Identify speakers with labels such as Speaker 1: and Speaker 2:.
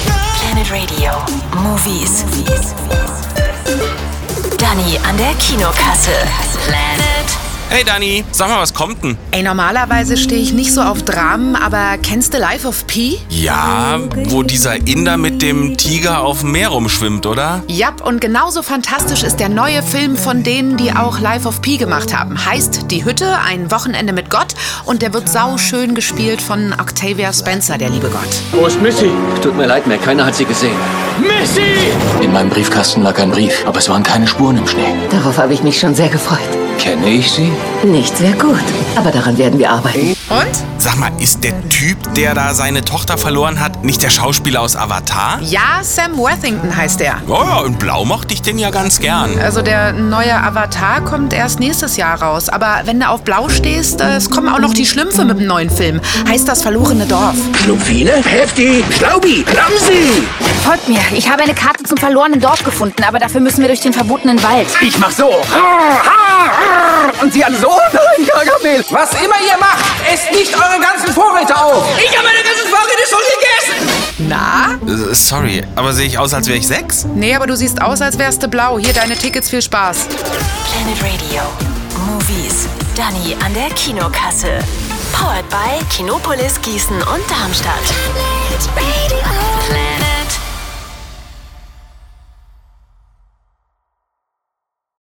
Speaker 1: Inside Radio Movies. Dani an der Kinokasse. Planet
Speaker 2: Hey Dani, sag mal, was kommt denn?
Speaker 3: Ey, normalerweise stehe ich nicht so auf Dramen, aber kennst du Life of Pi?
Speaker 2: Ja, wo dieser Inder mit dem Tiger auf dem Meer rumschwimmt, oder?
Speaker 3: Jap, und genauso fantastisch ist der neue Film von denen, die auch Life of Pi gemacht haben. Heißt Die Hütte, ein Wochenende mit Gott und der wird sauschön gespielt von Octavia Spencer, der liebe Gott.
Speaker 4: Wo ist Missy?
Speaker 5: Tut mir leid, mehr keiner hat sie gesehen.
Speaker 4: Missy!
Speaker 5: In meinem Briefkasten lag ein Brief, aber es waren keine Spuren im Schnee.
Speaker 6: Darauf habe ich mich schon sehr gefreut.
Speaker 5: Kenne ich sie?
Speaker 6: Nicht sehr gut, aber daran werden wir arbeiten.
Speaker 3: Und?
Speaker 2: Sag mal, ist der Typ, der da seine Tochter verloren hat, nicht der Schauspieler aus Avatar?
Speaker 3: Ja, Sam Worthington heißt er.
Speaker 2: Ja, ja, in Blau mochte ich den ja ganz gern.
Speaker 3: Also der neue Avatar kommt erst nächstes Jahr raus. Aber wenn du auf Blau stehst, äh, es kommen auch noch die Schlümpfe mit dem neuen Film. Heißt das verlorene Dorf.
Speaker 7: Schlupfine, Hefti, Schlaubi, Ramsi.
Speaker 8: Folgt mir. Ich habe eine Karte zum verlorenen Dorf gefunden, aber dafür müssen wir durch den verbotenen Wald.
Speaker 7: Ich mach so. Und sie alle so. Oh nein, Gargamel. Was immer ihr macht, esst nicht eure ganzen Vorräte auf. Ich habe meine ganzen Vorräte schon gegessen.
Speaker 3: Na?
Speaker 2: Äh, Sorry, aber sehe ich aus, als wäre ich sechs?
Speaker 3: Nee, aber du siehst aus, als wärst du blau. Hier deine Tickets, viel Spaß.
Speaker 1: Planet Radio Movies. Dani an der Kinokasse. Powered by Kinopolis Gießen und Darmstadt. Planet Radio.